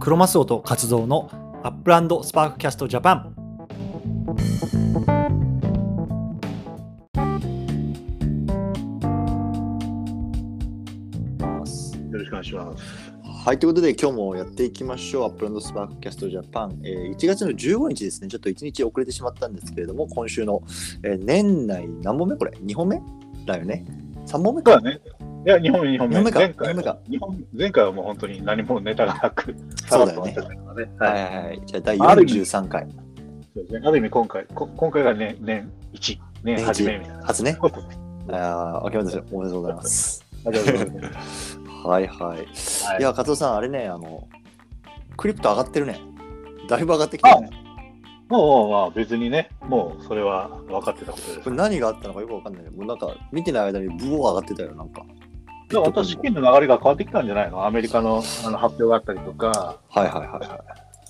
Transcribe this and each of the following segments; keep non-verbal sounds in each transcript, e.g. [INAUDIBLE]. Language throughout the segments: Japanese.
クロマスオと活動のアップランドスパークキャストジャパンよろしくお願いします。はい、ということで今日もやっていきましょう。アップランドスパークキャストジャパン、えー1月の15日ですね。ちょっと1日遅れてしまったんですけれども、今週の、えー年内何本目これ ?2 本目だよね。3本目そうだか。ね。いや、日本、日本二本目目。か二前回本目か日本前回はもう本当に何もネタがなく、そうだよねさらっと終わっちゃったからはね。はいい。はいはい。じゃあ第ある意味43回。そうですねある意味、今回、こ今回が年、年1、年初めみたいな。初ね。そうそうそうああ、明けましておめでとうございます。ありがとうございますはいはい。 [LAUGHS] はいいや、加藤さん、あれね、あの、クリプト上がってるね。だいぶ上がってきてるね。もう、まあ、別にね、もうそれは分かってたことですこ。れ何があったのかよくわかんないけど、もうなんか見てない間にブオー上がってたよ、なんか。でも私、資金の流れが変わってきたんじゃないのアメリカのあの発表があったりとか、はいはいはいはい。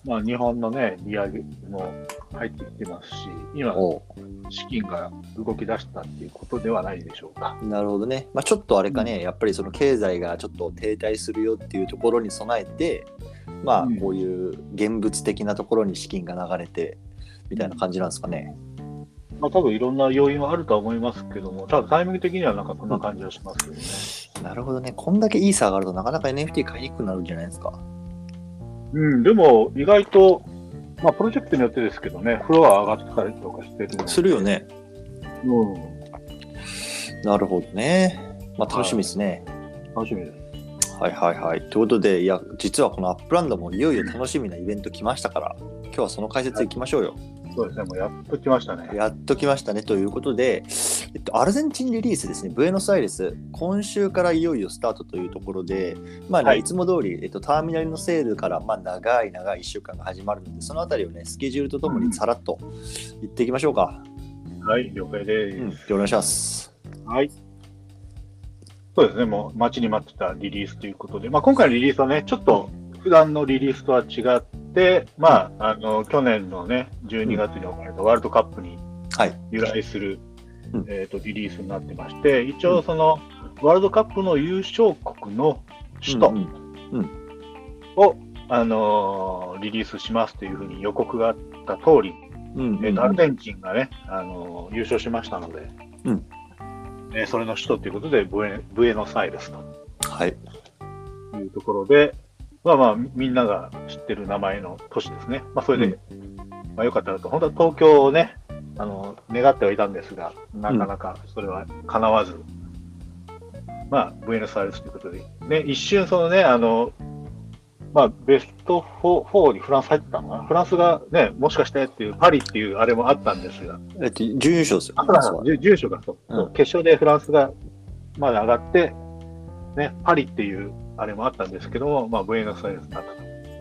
まあ、日本のね、利上げも入ってきてますし、今、おう資金が動き出したっていうことではないでしょうか。なるほどね。まあ、ちょっとあれかね、やっぱりその経済がちょっと停滞するよっていうところに備えて、まあうん、こういう現物的なところに資金が流れて、みたいな感じなんですかね。まあ、多分いろんな要因はあるとは思いますけども、ただタイミング的にはなんかそんな感じはしますよね。なるほどね。こんだけイーサーがあると、なかなか NFT 買いにくくなるんじゃないですか。うん、でも意外と、まあ、プロジェクトによってですけどね、フロア上がってたりとかしてるのするよね。うん、なるほどね。まあ、楽しみですね。楽しみです。はいはいはい。ということで、いや、実はこのアップランドもいよいよ楽しみなイベント来ましたから、今日はその解説いきましょうよ。そうですね、もうやっと来ましたね。やっと来ましたね。ということで、えっと、アルゼンチンリリースですね、ブエノスアイレス、今週からいよいよスタートというところで、まあねはいい、つも通り、えっと、ターミナルのセールから、まあ、長い長い1週間が始まるので、そのあたりをね、スケジュールとともにさらっと言っていきましょうか。はい、了解でうん、よろす、しくお願いします。はい。そうですね、もう待ちに待ってたリリースということで、まあ、今回のリリースはね、ちょっと普段のリリースとは違って、まあ、あの去年のね、12月に行われたワールドカップにはい。由来する、うんえー、とリリースになってまして、一応、その、ワールドカップの優勝国の首都、うんうんを、あのーリリースしますというふうに予告があった通り、うんうんえーとアルゼンチンがね、あのー優勝しましたので、うんえーそれの首都ということでブエ、ブエノサイレスとはい。いうところで、まあまあ、みんなが知ってる名前の都市ですね。まあ、それで、まあ、よかったらと、本当は東京をね、あのー願ってはいたんですが、なかなかそれは叶わず、まあ、ブエノスアイレスということで、ね、一瞬、そのね、あのーまあ、ベスト 4, 4にフランス入ってたのかな、フランスがね、もしかしてっていう、パリっていうあれもあったんですが、えっと、準優勝ですよ。あとはそう住住所がそう、うんそう決勝でフランスがまで上がって、ね、パリっていうあれもあったんですけども、まあ、ブエノスアイレスだっ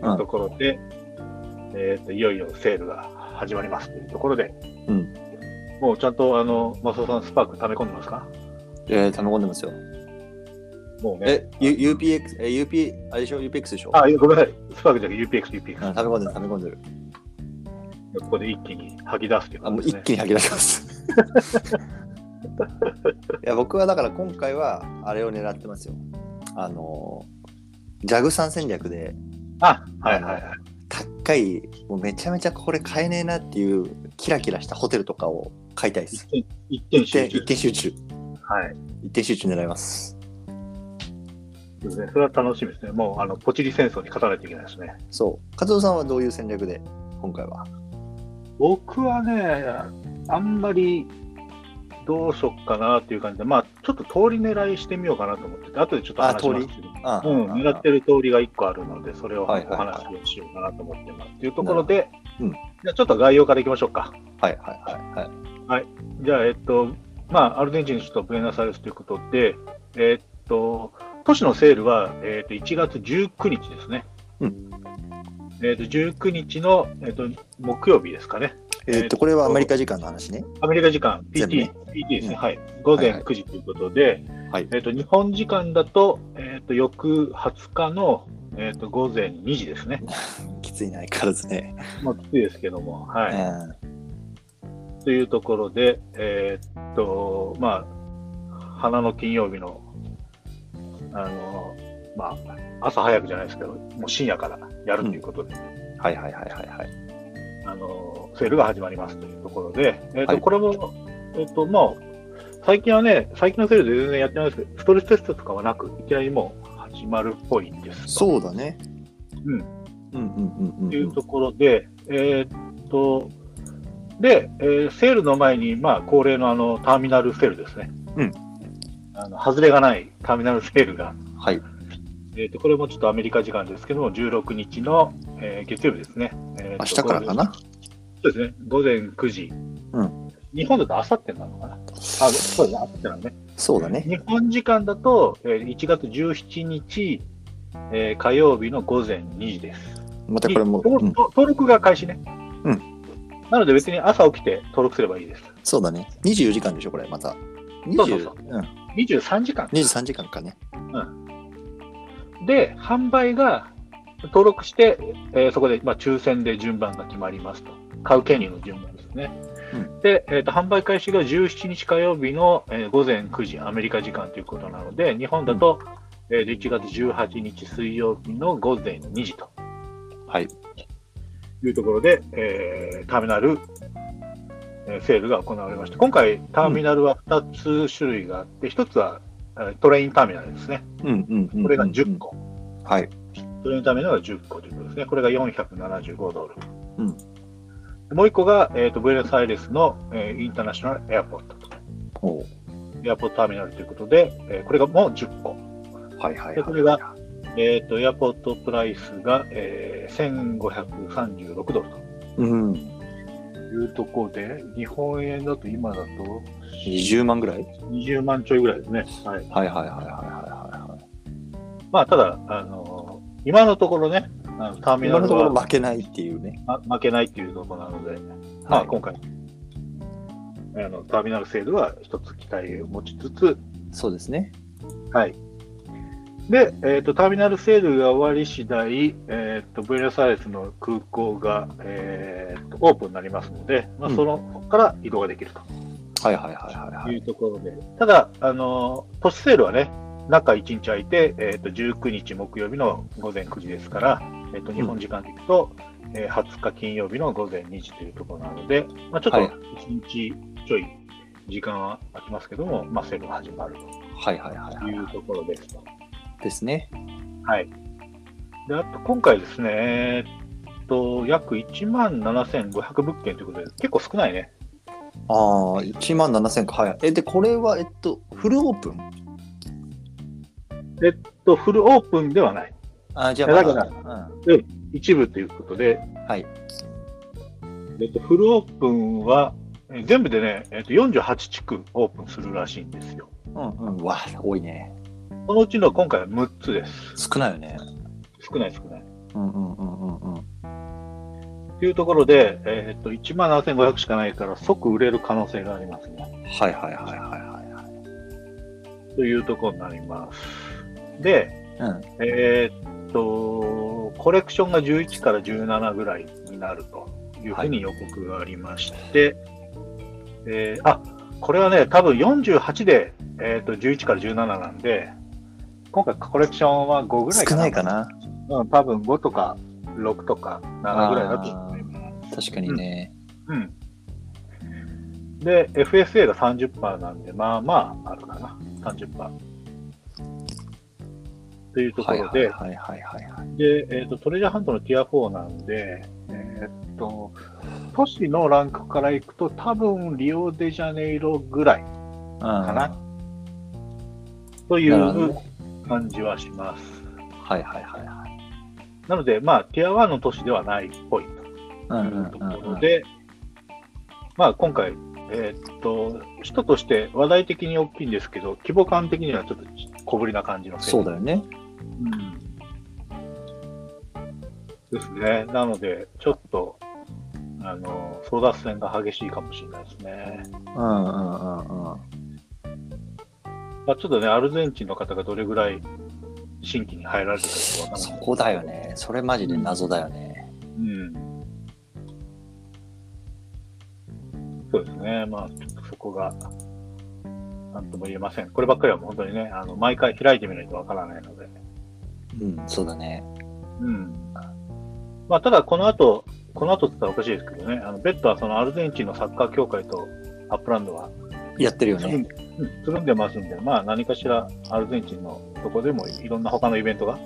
たというところで、えー、といよいよセールが始まりますというところで、うんもうちゃんとあの松尾さん、スパーク溜め込んでますかえー、頼んでますよ。もうねえ、U- UPX、え、UP、あれでしょ ?UPX でしょあ、いやごめんなさい、スパークじゃなくて UPX、UPX、うん食べ込んでる、食べ込んでる。ここで一気に吐き出すというあこもうとで一すね。気に吐き出し [LAUGHS] ます。いや僕はだから今回はあれを狙ってますよ。あのジャグさん戦略であ、はいはいはい。高いもうめちゃめちゃこれ買えねえなっていうキラキラしたホテルとかを買いたいです一。点一点一集点中一。点集中はい。一点集中狙います。ですね。それは楽しみですね。もうあのポチリ戦争に勝たないといけないですね。そう。加藤さんはどういう戦略で今回は。僕はね、あんまりどうしよっかなっていう感じで、まあ、ちょっと通り狙いしてみようかなと思ってて、後でちょっと話しますけど、あうん、あ狙ってる通りが1個あるので、それをおはいはいはい話をしようかなと思ってます。というところで、うんじゃあちょっと概要からいきましょうか。はいはいはいはい。じゃあ、えっと、まあ、アルゼンチンの首都ブエナスアイレスということで、えっと、都市のセールは、えっと、1月19日ですね。うんえっと、19日の、えっと、木曜日ですかね。えーっとこれはアメリカ時間の話ね。アメリカ時間、全 PT, 部ね PT ですね、うんはい、午はいは前い9時ということで、はいえっと日本時間だと,、えっと翌20日の、えっと午前2時で [LAUGHS] すね、きついな相変わらずね。まあ、きついですけども、はいうんというところで、えっとまあ、花の金曜日のあの、まあ、朝早くじゃないですけど、もう深夜からやるということで、はいはいはいはいはい。あのセールが始まりますというところで、えーとはいこれも、えーとまあ、最近はね、最近のセールで全然やってないですけど、ストレステストとかはなく、いきなりもう始まるっぽいんですとそうだね。ううんんうんうんうんというところで、えーっと、で、えーセールの前に、まあ、恒例のあのターミナルセールですね。うんあの外れがないターミナルセールが、はい。えーっとこれもちょっとアメリカ時間ですけども、16日の、えー月曜日ですね。えーっと明日からかな。そうですね、午前9時。う日本だとあさってなのかな。あ、そうだね、あさってなのね。そうだね。日本時間だと、えー1月17日、えー火曜日の午前2時です。またこれも、登うん録登録が開始ね。うんなので別に朝起きて登録すればいいです。そうだね。24時間でしょ、これ、また。そうそうそ20ううん23時間。 23時間かね。で、販売が登録して、えーそこで、まあ、抽選で順番が決まりますと。買う権利の順番ですね。うで、えーと、販売開始が17日火曜日の、えー午前9時、アメリカ時間ということなので、日本だと、えー11月18日水曜日の午前2時とはい。いうところで、えーターミナル、えーセールが行われました。今回、ターミナルは2つ種類があって、1つはえートレインターミナルですね。うんうんうん。これが10個。うん。はい。トレインターミナルが10個ということですね。これが475ドル。うんもう1個が、えー、とブエノスアイレスの、えーインターナショナルエアポート。おうエアポートターミナルということで、えーこれがもう10個。はいはいでこれがえー、とエアポートプライスが、えー1536ドルと。うん。いうところで、日本円だと今だと20万ぐらい20万ちょいぐらいですね。ははいい。はいはいはいはいはい。まあ、ただ、あのー今のところね、あのターミ今ナルのところは負けないっていうね。ま負けないっていうところなので、まはあ、い。今回、あのターミナル制度は一つ期待を持ちつつ、そうですね。はい。で、えー、とターミナルセールが終わり次第、えー、とブエノスアイレスの空港が、えー、とオープンになりますので、まあ、うんそのここから移動ができるとはいはいはいはいはいい。うところで、ただ、あの都市セールはね、中1日空いて、えー、と19日木曜日の午前9時ですから、えー、と日本時間でいくと、えー20日金曜日の午前2時というところなので、まあ、ちょっとはい1日ちょい時間は空きますけども、まあ、セールが始まるとはいはいはいはいいうところですと。い。ですね。はい、であと今回ですね、えーっと約1万7500物件ということで、結構少ないね。ああ、1万7000か。はい。え、で、これは、えっと、フルオープンとフルオープンではない。あじゃあ、いやまだだうん一部ということで、はい。えっと、フルオープンは、えー全部でね、えっと、48地区オープンするらしいんですよ。うんうん。わ、多いね。このうちの今回は6つです。少ないよね。少ない少ない。うんうんうんうんうん。というところで、えっと、1万7500しかないから即売れる可能性がありますね。はいはいはいはいはいはい。というところになります。で、うんえっと、コレクションが11から17ぐらいになるというふうに予告がありまして、えーあこれはね、多分48で、えっと11から17なんで、今回コレクションは5ぐらいか少な。ないかな。うん、多分5とか6とか7ぐらいだと思います。確かにね。うんで、FSA が30%なんで、まあまああるかな、30%。というとこはいろはで、いはいはいはいはい。で、えー、とトレジャーハントのティア4なんで、えー、と都市のランクからいくと、多分リオデジャネイロぐらいかなといなるほどう感じはします。はいはいはいはい。なので、まあ、ティア1の都市ではないっぽいとうんとうんいうとうこんうろん。で、まあ、今回、えーっと、人として話題的に大きいんですけど、規模感的にはちょっと小ぶりな感じのせいそうだよね。うんですね。なので、ちょっと、あの、争奪戦が激しいかもしれないですね。うんうんうんうん。まあ、ちょっとね、アルゼンチンの方がどれぐらい新規に入られてるかちょっとわからそない。こだよね。それマジで謎だよね。うん。そうですね、まあ、ちょっとそこが、なんとも言えません。こればっかりはもう本当にね、あの毎回開いてみないとわからないので、うん、そうだね。うん。まあ、ただ、この後、この後って言ったらおかしいですけどね、あのベッドはそのアルゼンチンのサッカー協会とアップランドはやってるよつるんね。うんつるんでますんで、まあ、何かしらアルゼンチンのとこでもいろんな他のイベントが、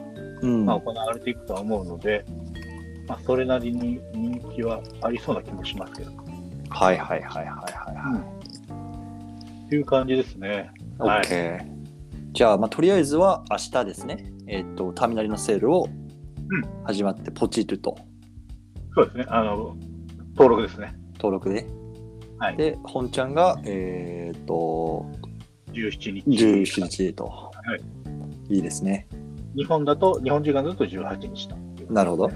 うん。まあ、行われていくとは思うので、まあ、それなりに人気はありそうな気もしますけど。はいはいはいはいはいはい。っていう感じですね。オはいッケー。じゃあ、まあ、とりあえずは明日ですね、えっとターミナルのセールをん始まってポチッととそうですね。あの、登録ですね。登録で、はいで本ちゃんが、えっと17日。 17日と、はいい、いですね日本だと、日本時間だと18日と。なるほどはい。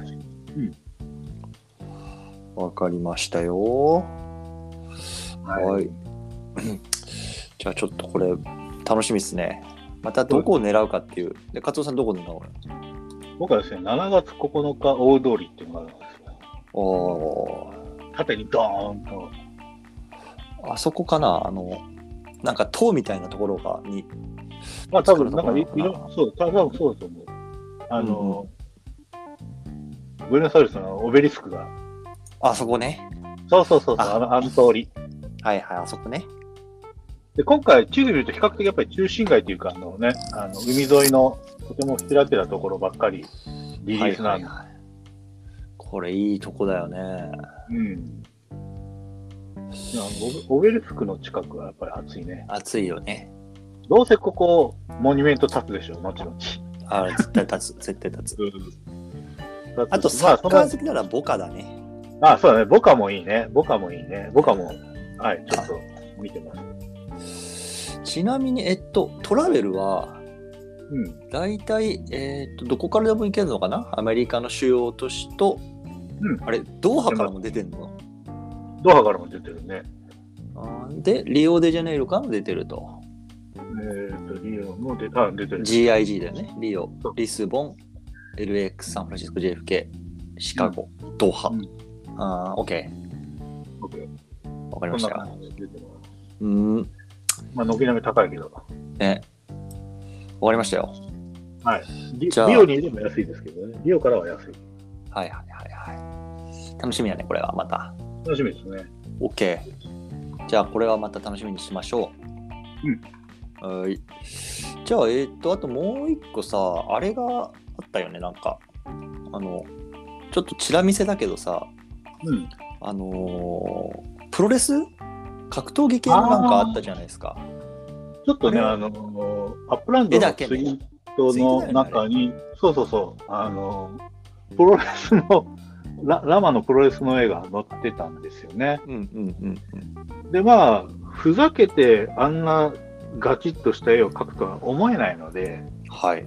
わかりましたよはい、 [CLEARS THROAT] じゃあちょっとこれ楽しみですねまたどこを狙うかっていうでカツオさんどこ狙う僕はですね、7月9日大通りっていうのがあるんですよ。のお縦にドーンと。ーあそこかなあのなんか塔みたいなところがにまあ多分、なんかい、い作るのかなろ、そう、多分そうだと思う。あの、ブエノスアイレスのオベリスクが、あそこねそうそうそうそう、ああのあの通り。はいはいあそこねで、今回、地図で見ると比較的やっぱり中心街というか、あのね、あの海沿いのとても開けたところばっかり、リリースなんで、はいはいはいこれいいとこだよね。うん。いやオベオベルスクの近くはやっぱり暑いね。暑いよね。どうせここ、モニュメント立つでしょ、後々。あ絶対立つ、 [LAUGHS] 絶対立つ。あとさサッカー好きならボカだね。あそうだね、ボカもいいね。ボカもいいね。ボカも、はい、ちょっと見てます。ちなみに、えっと、トラベルは、うん。大体、えっと、どこからでも行けるのかなアメリカの主要都市と、うんあれ、ドーハからも出てんのドハからも出てるね。あーで、リオデジャネイロからも出てると。えっ、と、リオも出た、出てる。 GIG だよね。リオそう、リスボン、LX、サンフランシスコ、JFK、シカゴ、ドーハ。うんああ、OK。オッケーわかりこまんしなた。感じで出てます。うーん。まあ、軒並み高いけど。ね。わかりましたよ。リじゃあリオにでも安いですけどね。リオからは安い。はいはいはいはい。楽しみだね、これはまた。楽しみですね。 OK。じゃあ、これはまた楽しみにしましょう。うん。はい。じゃあ、えっ、と、あともう一個さ、あれがあったよね、なんか。あの、ちょっとチラ見せだけどさ、うん。あのープロレス格闘技系のなんかあったじゃないですか。ちょっことね、れはあの、アップランドのツイートの中に、そうそうそう、あの、プロレスの、ララマのプロレスの絵が載ってたんですよね。うんうんうんうん。で、まあ、ふざけてあんなガチッとした絵を描くとは思えないので、はい。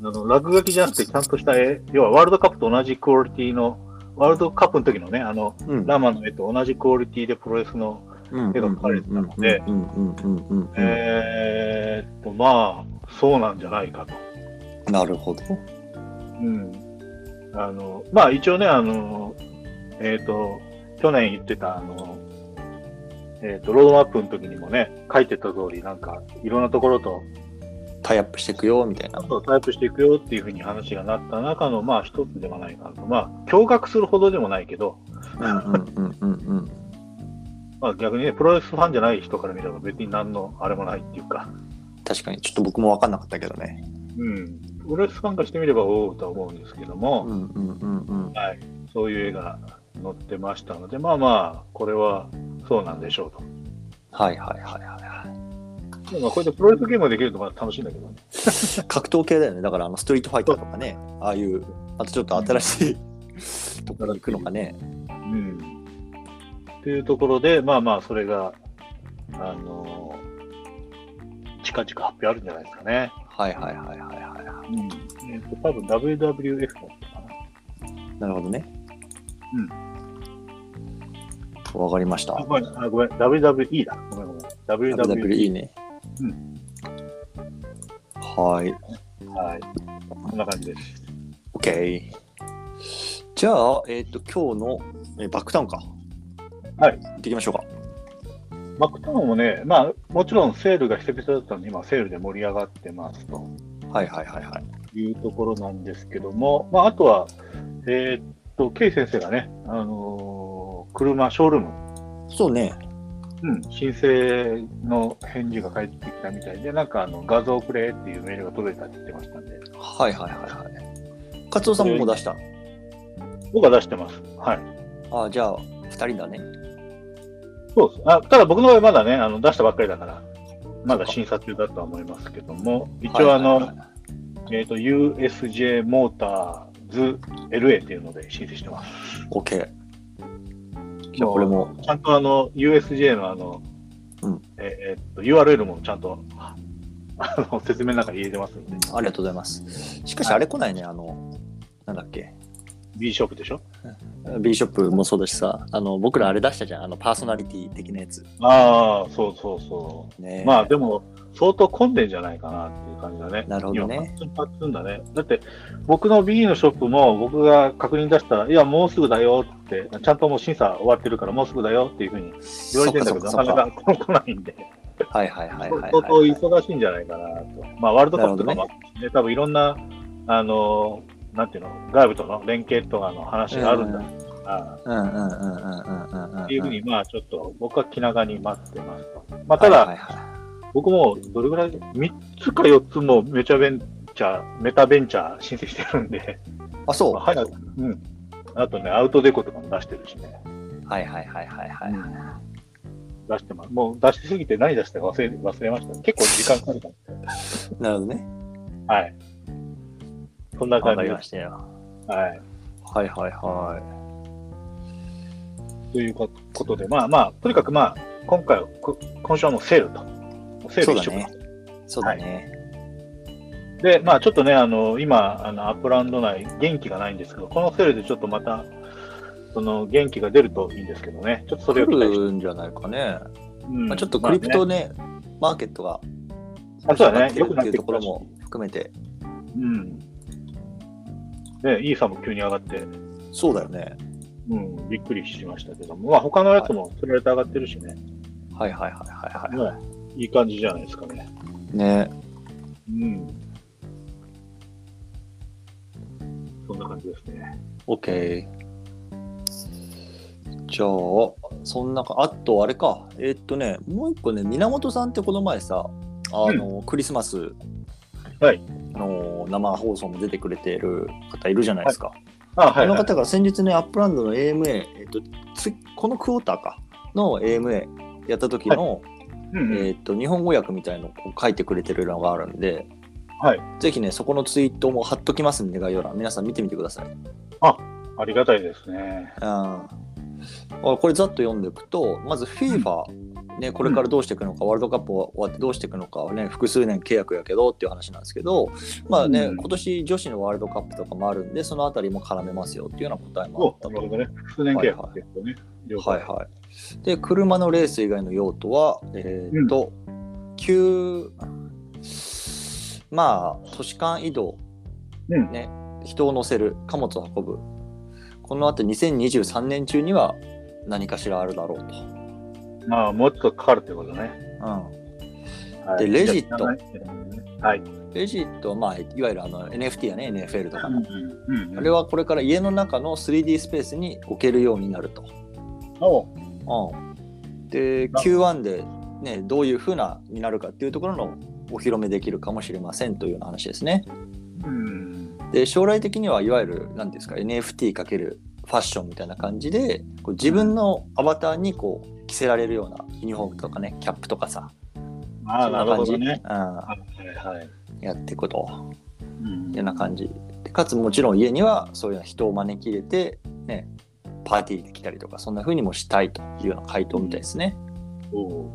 あの落書きじゃなくてちゃんとした絵、要はワールドカップと同じクオリティの、ワールドカップの時のね、あの、うんラマの絵と同じクオリティでプロレスの絵が描かれてたのでうんうんうんうんうんうんえーっと、まあ、そうなんじゃないかと。うん。なるほど。うん。あの、まあ一応ね、あの、えっ、と、去年言ってた、あの、えっ、と、ロードマップの時にもね、書いてた通り、なんか、いろんなところと、タイアップしていくよ、みたいな。タイプしていくよっていうふうに話がなった中の、まあ一つではないかなと。まあ、驚愕するほどでもないけど、うんうんうんうんうん。まあ逆にね、プロレスファンじゃない人から見れば別に何のあれもないっていうか、確かにちょっと僕も分かんなかったけどね。うん。プロレスファンからしてみれば、おうとは思うんですけども、んうんうんうん。はい、そういう絵が載ってましたので、まあまあ、これはそうなんでしょうはいはいはいはいはと。まあ、これでプロレスゲームができるとまあ楽しいんだけどね。い。格闘系だよね。だからあのストリートファイターとかね、ああいう、あとちょっと新しいところに行くのかね。うん。というところで、まあまあ、それが、あのー近々発表あるんじゃないですかね。はいはいはいはいはうん。えっ、と、多分 WWF だったかい。なるほどね。うん。わかりましたな。あ、。ごめん、あごめん WWE だ。ごめんごめん。WWE。 WWE ね。うはい。はい。こんな感じです。 OK。じゃあ、えっ、と、今日のえバックタウンか。はい。行ってきましょうか。マクタウンもね、まあ、もちろんセールが久々だったんで、今、セールで盛り上がってますと。はいはいはいはい。いうところなんですけども、まあ、あとは、えーっと、ケイ先生がね、あのー車、ショールーム、そうね。うん、申請の返事が返ってきたみたいで、なんかあの画像くれっていうメールが届いたって言ってましたんで、はいはいはいはい。カツオさんももう出した。僕は出してます。はい。ああ、じゃあ、二人だね。そうですあただ僕の場合まだね、あの出したばっかりだから、まだ審査中だとは思いますけども、一応あの、はいはいはいえーっと、USJ モーターズ LA っていうので申請してます。 OK。じゃあ、これも。ちゃんとあの、USJ のあの、うんえーえーっと、URL もちゃんと、あの、説明の中に入れてますんで、ありがとうございます。しかし、あれ来ないね。あの、なんだっけ。 B ショップでしょ B ショップもそうだしさ、あの、僕らあれ出したじゃん。あの、パーソナリティ的なやつ。ああ、そうそうそねう。えまあでも、相当混んでんじゃないかなっていう感じだね。なるほどね今パッツンパッツンだね。だって、僕の B のショップも僕が確認出したら、いや、もうすぐだよって、ちゃんともう審査終わってるから、もうすぐだよっていうふうに言われてんだけど、そっかそっなかかなか来ないんで。はいはいはいはい、はい。相当忙しいんじゃないかなと、まあ、ワールドカップとかもあって、ね、多分いろんな、あのなんていうの、外部との連携とかの話があるんだうんとか、うんうんうんうんうんうんうん。っていうふうに、まあ、ちょっと僕は気長に待ってますと。まあ、ただ、はいはいは僕もどれぐらい、3つか4つもメチャベンチャー、メタベンチャー申請してるんで、い、あ、そう。まあはい早く、うん。あとね、アウトデコとかも出してるしね、はいはいはいはいはい。出してます。もう出しすぎて何出したか忘れ忘れました。結構時間かかるかなるほどね。ら。はい。そんなわ感かじりで。ますしたよ。はい。はいはいはということで、まあまあ、とにかくまあ、今回は、こ今週はもうセールと。もうセール一色そうだい。そうだね。で、まあちょっとね、あの、今、あの、アップランド内、元気がないんですけど、このセールでちょっとまた、その、元気が出るといいんですけどね。ちょっとそれを期待して。来るんじゃないかね。うんまあ、ちょっとクリプまあトね、マーケットがあそうだね良くなってるってい良くなってきたしうところも含めて。ねうん。で、イーサも急に上がって、そうだよね。うん、びっくりしましたけども、まあ他のやつも釣られて上がってるしね、はいはいはいはいはまあいい感じじゃないですかね。い。ね。うん。そんな感じですね。 OK。じゃあ、そんなか、あとあれか。えーっとね、もう一個ね、源さんってこの前さ、あの、クリスマスはいの生放送も出てくれている方いるじゃないですか。あ、はい、あのはい。方が先日ね、アップランドの AMA、えっと、つこのクォーターか、の AMA やった時の、うんうんえっと、日本語訳みたいのを書いてくれてるのがあるんで、はいぜひね、そこのツイートも貼っときますんで、概要欄、皆さん見てみてください。ありがたいですね。あこれざっと読んでいくとまず FIFA、ね、これからどうしていくのか、ワールドカップ終わってどうしていくのかはね複数年契約やけどっていう話なんですけどまあね、うん今年女子のワールドカップとかもあるんでそのあたりも絡めますよっていうような答えおもあなったるほと。どね。複数年契約っていうことね。了解はいはい、で車のレース以外の用途は、えーっと急まあ都市間移動うん。ね人を乗せる貨物を運ぶこのあと2023年中には何かしらあるだろうと、まあ、もうちょっとかかるってことね。うはでい、レジットはい。ん、レジットは、まあ、いわゆるあの NFT やね NFL とかうんの、うんうん。あれはこれから家の中の 3D スペースに置けるようになると、おうん、で Q1 で、ね、どういうふうなになるかっていうところのお披露目できるかもしれませんというような話ですねうん。で将来的にはいわゆる何ですか NFT× かけるファッションみたいな感じでこう自分のアバターにこう着せられるようなユニフォームとかねキャップとかさああ、そんななる感ほじどね。うんはいはい。やっていくとういんうような感じでかつもちろん家にはそういうような人を招き入れて、ね、パーティーできたりとかそんな風にもしたいというような回答みたいですね、おう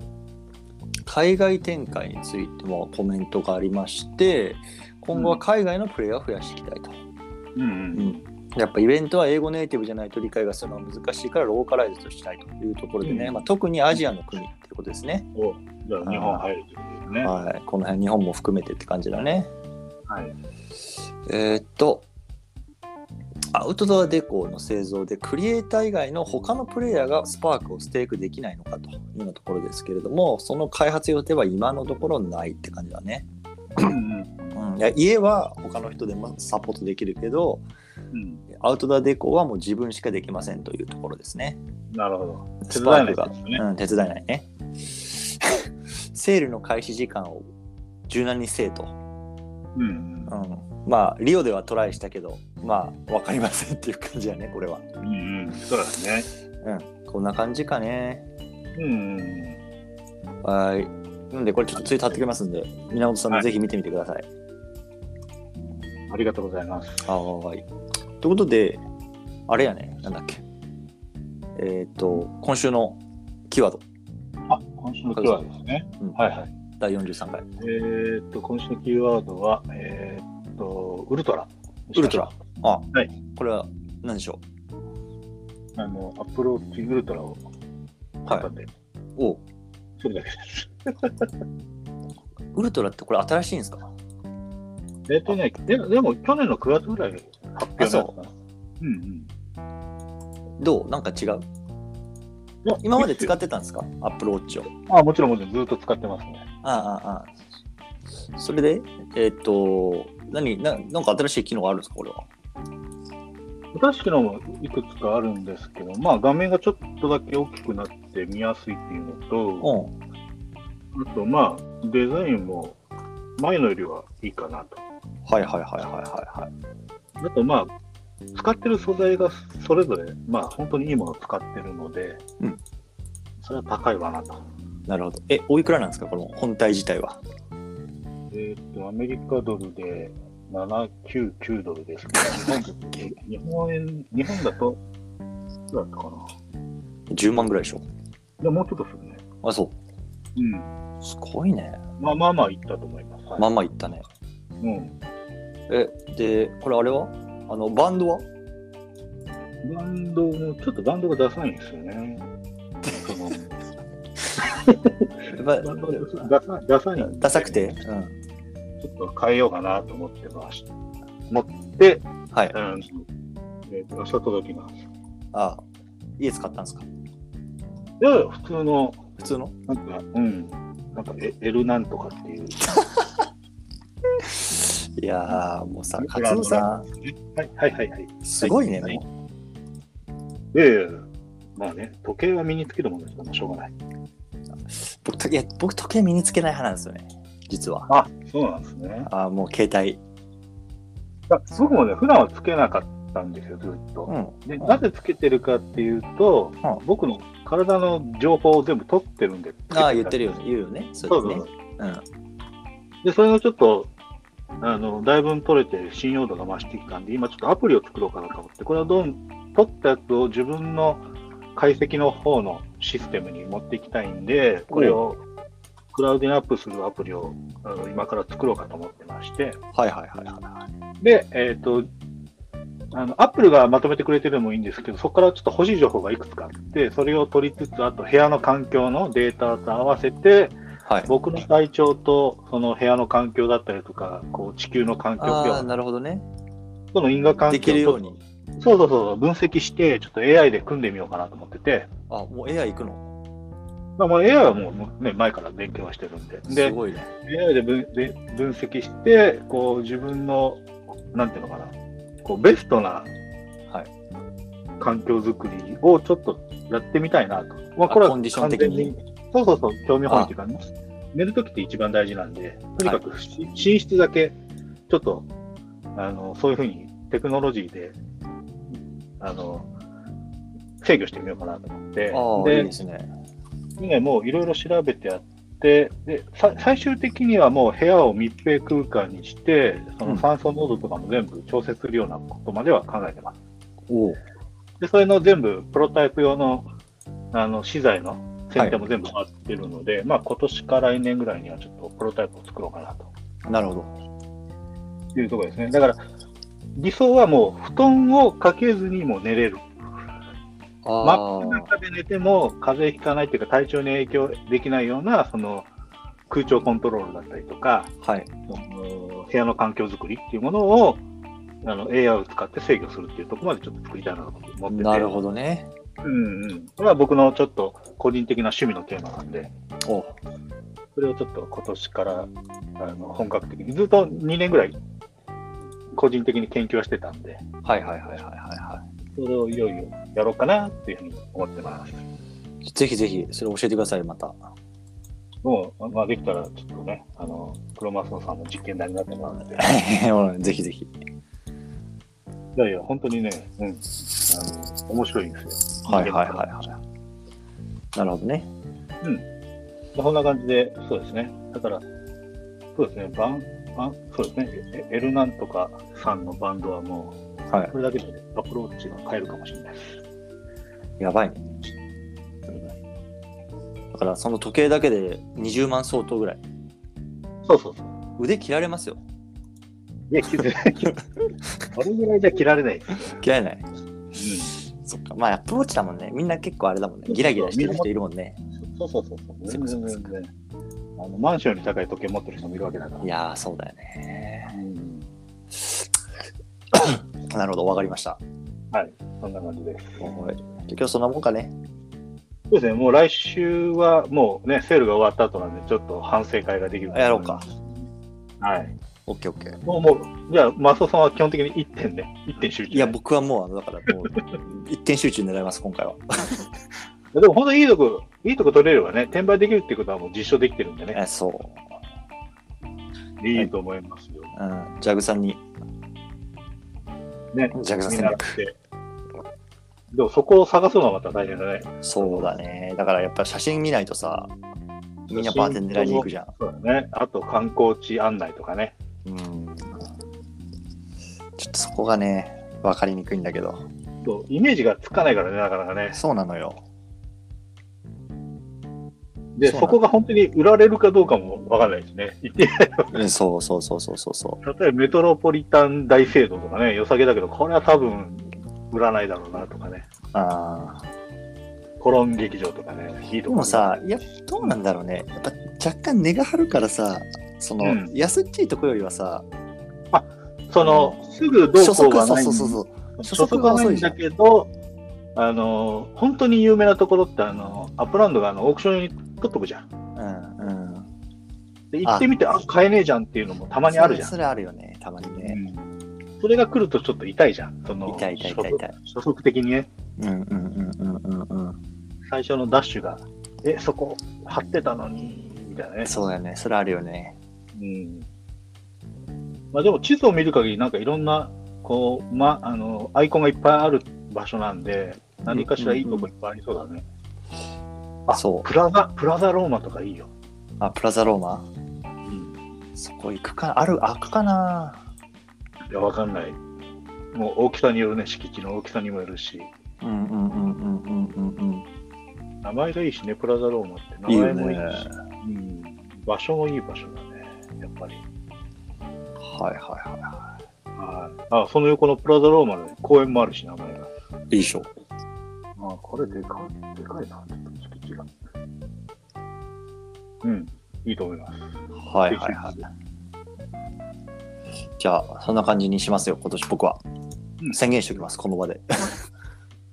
海外展開についてもコメントがありまして今後は海外のプレイヤーを増やしていきたいと、うんうん。やっぱイベントは英語ネイティブじゃないと理解がするのは難しいからローカライズとしたいというところでね、うんまあ、特にアジアの国ってことですね、おうじゃあ、日本入るってことですね。ははい、この辺日本も含めてって感じだねい。えーっとアウトドアデコの製造でクリエイター以外の他のプレイヤーがスパークをステークできないのかというようなところですけれどもその開発予定は今のところないって感じだね、うんうんうん、いや家は他の人でもサポートできるけどうん、アウトドアデコはもう自分しかできませんというところですね。なるほど。手ス伝パえなーいクがですね。うん、手伝えないね。 [LAUGHS] セールの開始時間を柔軟にせえと。うんう。ん、まあリオではトライしたけどまあ分かりませんっていう感じやねこれは。うん、うん、そうですね。うん、こんな感じかね。うんうん。はい。なんでこれちょっとツイート貼ってきますんで源さんもぜひ見てみてください。ありがとうございます。はーい。ということで、あれやね、なんだっけ。えっ、と、今週のキーワード、あ、今週のキーワードですね。うんはいはい。第43回。えーっと、今週のキーワードは、えーっと、ウルトラ。ウルトラ。。あ、はいこれは何でしょあの、アプローチウルトラをう買はいったんで、。おうそれだけです。ウルトラってこれ新しいんですかえーっとね、ででも、去年の9月ぐらい発表あのやつそかな。うんうん。どうなんか違ういや今まで使ってたんです [LAUGHS] かアップルウォッチを。あ、もちろんもちろんずっと使ってますね。ああああああ。それで、えっ、と、何な、なんか新しい機能があるんですかこれは。新しいのもいくつかあるんですけど、まあ画面がちょっとだけ大きくなって見やすいっていうのと、うあとまあデザインも前のよりはいいかなと。ん。はいはいはいはいはいはい。あとまあ、使ってる素材がそれぞれ、まあ本当にいいものを使ってるので、うんそれは高いわなと。なるほど。え、おいくらなんですかこの本体自体は。えーっと、アメリカドルで799ドルですけど、日本日本円、日本だと、いくらだったかな。 10万ぐらいでしょ。いや、もうちょっとするね。あ、そう。うん。すごいね。まあまあまあいったと思います。はいまんまいったね。うんえ、で、これあれはあの、バンドはバンドも、ちょっとバンドがダサいんですよね。そ [LAUGHS] のやっぱバンドがダサいダサいんでダサくて、うん、ちょっと変えようかなと思ってました。持って、はい。うんえっと明日届きます。いあ家使ったんですかやいや、普通の、普通のなんか、うん、なんかエ L なんとかっていう。いやー、もうさ、カツオさはいはいはいはい。ん、すごいね、はいもで、まあね、時計は身につけるものですから、しょうがない。う。僕と、いや、僕、時計身につけない派なんですよね、実は。あ、そうなんですね。あーもう携帯。いや僕もね、普段はつけなかったんですよ、ずっと。うん。でうんなぜつけてるかっていうと、う僕の体の情報を全部取ってるんで、ああ、言ってるよね。言うよね。そそううそうでそすうね。うん。で、それがちょっと、あのだいぶ取れて信用度が増してきたんで、今ちょっとアプリを作ろうかなと思って、これはどん取ったやつを自分の解析の方のシステムに持っていきたいんで、これをクラウドにアップするアプリをあの今から作ろうかと思ってまして、はいはいはいはい。で、えっ、と、あの、アップルがまとめてくれてるのもいいんですけど、そこからちょっと欲しい情報がいくつかあって、それを取りつつ、あと部屋の環境のデータと合わせて、はい。僕の体調と、その部屋の環境だったりとか、こう、地球の環境ああ、となるほどね。その因果関係できるように。をそうそうそう、分析して、ちょっと AI で組んでみようかなと思ってて、あ、もう AI 行くのまあ、まあ AI はもうね、前から勉強はしてるんで。すで、ごいね。 AI で分で分析して、こう自分の、なんていうのかな、こうベストな、はい環境づくりをちょっとやってみたいなと。まあ、これはコンディション的に完全。そうそうそう、興味本位っていうか、寝るときって一番大事なんで、とにかくし、寝室だけ、ちょっとあの、そういうふうにテクノロジーで、あの、制御してみようかなと思って。ああ、でいいですね。ね、もういろいろ調べてあってでさ最終的にはもう部屋を密閉空間にしてそうんの酸素濃度とかも全部調節するようなことまでは考えてます。おお。でそれの全部プロタイプ用のあの資材の選定も全部合ってるので、まあ今年か来年ぐらいにはちょっとプロタイプを作ろうかななるほど。というところですね。だから理想はもう布団をかけずにも寝れる。真っあ中で寝ても風邪ひかないっていうか体調に影響できないようなその空調コントロールだったりとかあ、はい。その部屋の環境づくりっていうものをあの AI を使って制御するっていうところまでちょっと作りたいなと思っててなるほどね。うんうん、これは僕のちょっと個人的な趣味のテーマなんでおうそそれをちょっと今年からあの本格的に、ずっと2年ぐらい、個人的に研究はしてたんで、はいはいはいはいはそれをいよいよやろうかなっていうふうに思ってます。い。ぜひぜひ、それ教えてください、また。 [LAUGHS] もう、まあ、できたら、ちょっとね、あの、黒マスオさんも実験台になってもら [LAUGHS] って、ぜひぜひ。いやいや、本当にね、うん、あの、面白いんですよ。はいはいはいはい。なるほどね。まあ、そんな感じで、そうですね。だから、そうですね、バン、バン、そうですね、エエルなんとかさんのバンドはもはう、これだけでアプローチが変えるかもしれないです。い。やばいね。だからその時計だけで20万相当ぐらい。そうそうそう。腕切られますよ。いや、切 [LAUGHS] れない。あれぐらいじゃ切られないですよ。切られない。うそっか。まあ、アップローチだもんね。みんな結構あれだもんね。ギラギラしてる人いるもんね。ん。そうそうそうそう。全然全然。あのマンションより高い時計持ってる人もいるわけだから。いやー、そうだよね。うん、なるほど、わかりました。そんな感じです。はい。じゃあ今日そんなもんかね。そうですね、もう来週はもうね、セールが終わった後なんで、ちょっと反省会ができると思いますやろうか。はい。オッケーオッケー。もう、もう、じゃあ、マスオさんは基本的に1点で、1点集中。いや、僕はもう、あの、だから [LAUGHS] もう、一点集中狙います、今回は。でも本当にいいとこ、いいとこ取れればね、転売できるってことはもう実証できてるんでね、え、そう。いいと思いますよ。うん。ジャグさんに、ね、ジャグさん戦見習っ略。て。でもそこを探すのはまた大変だね。そうだね。だからやっぱ写真見ないとさ、みんなバーテン狙いに行くじゃん。そうだね。あと観光地案内とかね。うん。ちょっとそこがね、わかりにくいんだけど。そうイメージがつかないからね、なかなかね。そうなのよ。で、そうなのそこが本当に売られるかどうかもわからないですね。言ってうんそうそうそうそうそうそ例えばメトロポリタン大聖堂とかね、良さげだけど、これは多分売らないだろうなとかね。う。ああ。コロン劇場とかね、いいでとこもさ、いや、どうなんだろうね。やっぱ若干値が張るからさ、その、うん安っちいとこよりはさ、その、すぐどう初こ速うはそうないそうそうそう。初速がないんだけど、あの、本当に有名なところって、あの、アップランドがあのオークション用に取っとくじゃん。うんうん。で、行ってみて、あ、買えねえじゃんっていうのもたまにあるじゃんそ。れそれあるよね、たまにね。うんそれが来るとちょっと痛いじゃん。その痛い痛い痛い痛い。初速的にね、うんうんうんうんうんうん。最初のダッシュが、え、そこ張ってたのに、みたいなね。そうだよね、それあるよね。うんまあ、でも地図を見る限り、なんかいろんなこう、ま、あのアイコンがいっぱいある場所なんで、何かしらいいとこいっぱいありそうだね。あそうプラザ、プラザローマとかいいよ。あ、プラザローマうん、そこ行くかある、開くかないや、わかんない。もう大きさによるね、敷地の大きさにもよるし、うんうんうんうんうんうん名前がいいしね、プラザローマって。いい名よ前もいいし、ね。うん、場所もいい場所だね、やっぱり。はいはいははいあその横のプラザローマの公園もあるし、名前い。が。いいでしょ。あこれでかい、でかいな、ちょっと敷地が。うん、いいと思います。はいはいはい。じゃあ、そんな感じにしますよ、今年僕はう。ん宣言しておきます、この場で。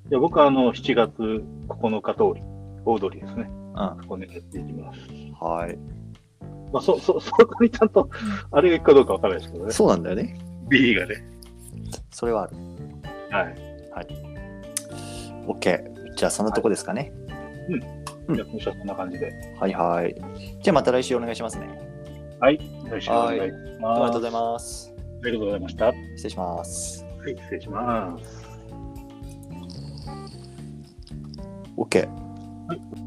じゃあ僕はあの、7月9日通り、大通りですね。うんここね、やっていきます。はい。まあ、そ、そ、そこにちゃんと、あれがいくかどうかわからないですけどね。そうなんだよね。 B がね。それはある。はい。 OK。じゃあ、そんなとこですかね。じゃあ今週はそんな感じで。はいはい。じゃあ、また来週お願いしますね。はい。来週もお願いありしがとうまごす。ざいます。ありがとうございました。はい、失礼します。失礼します。 OK。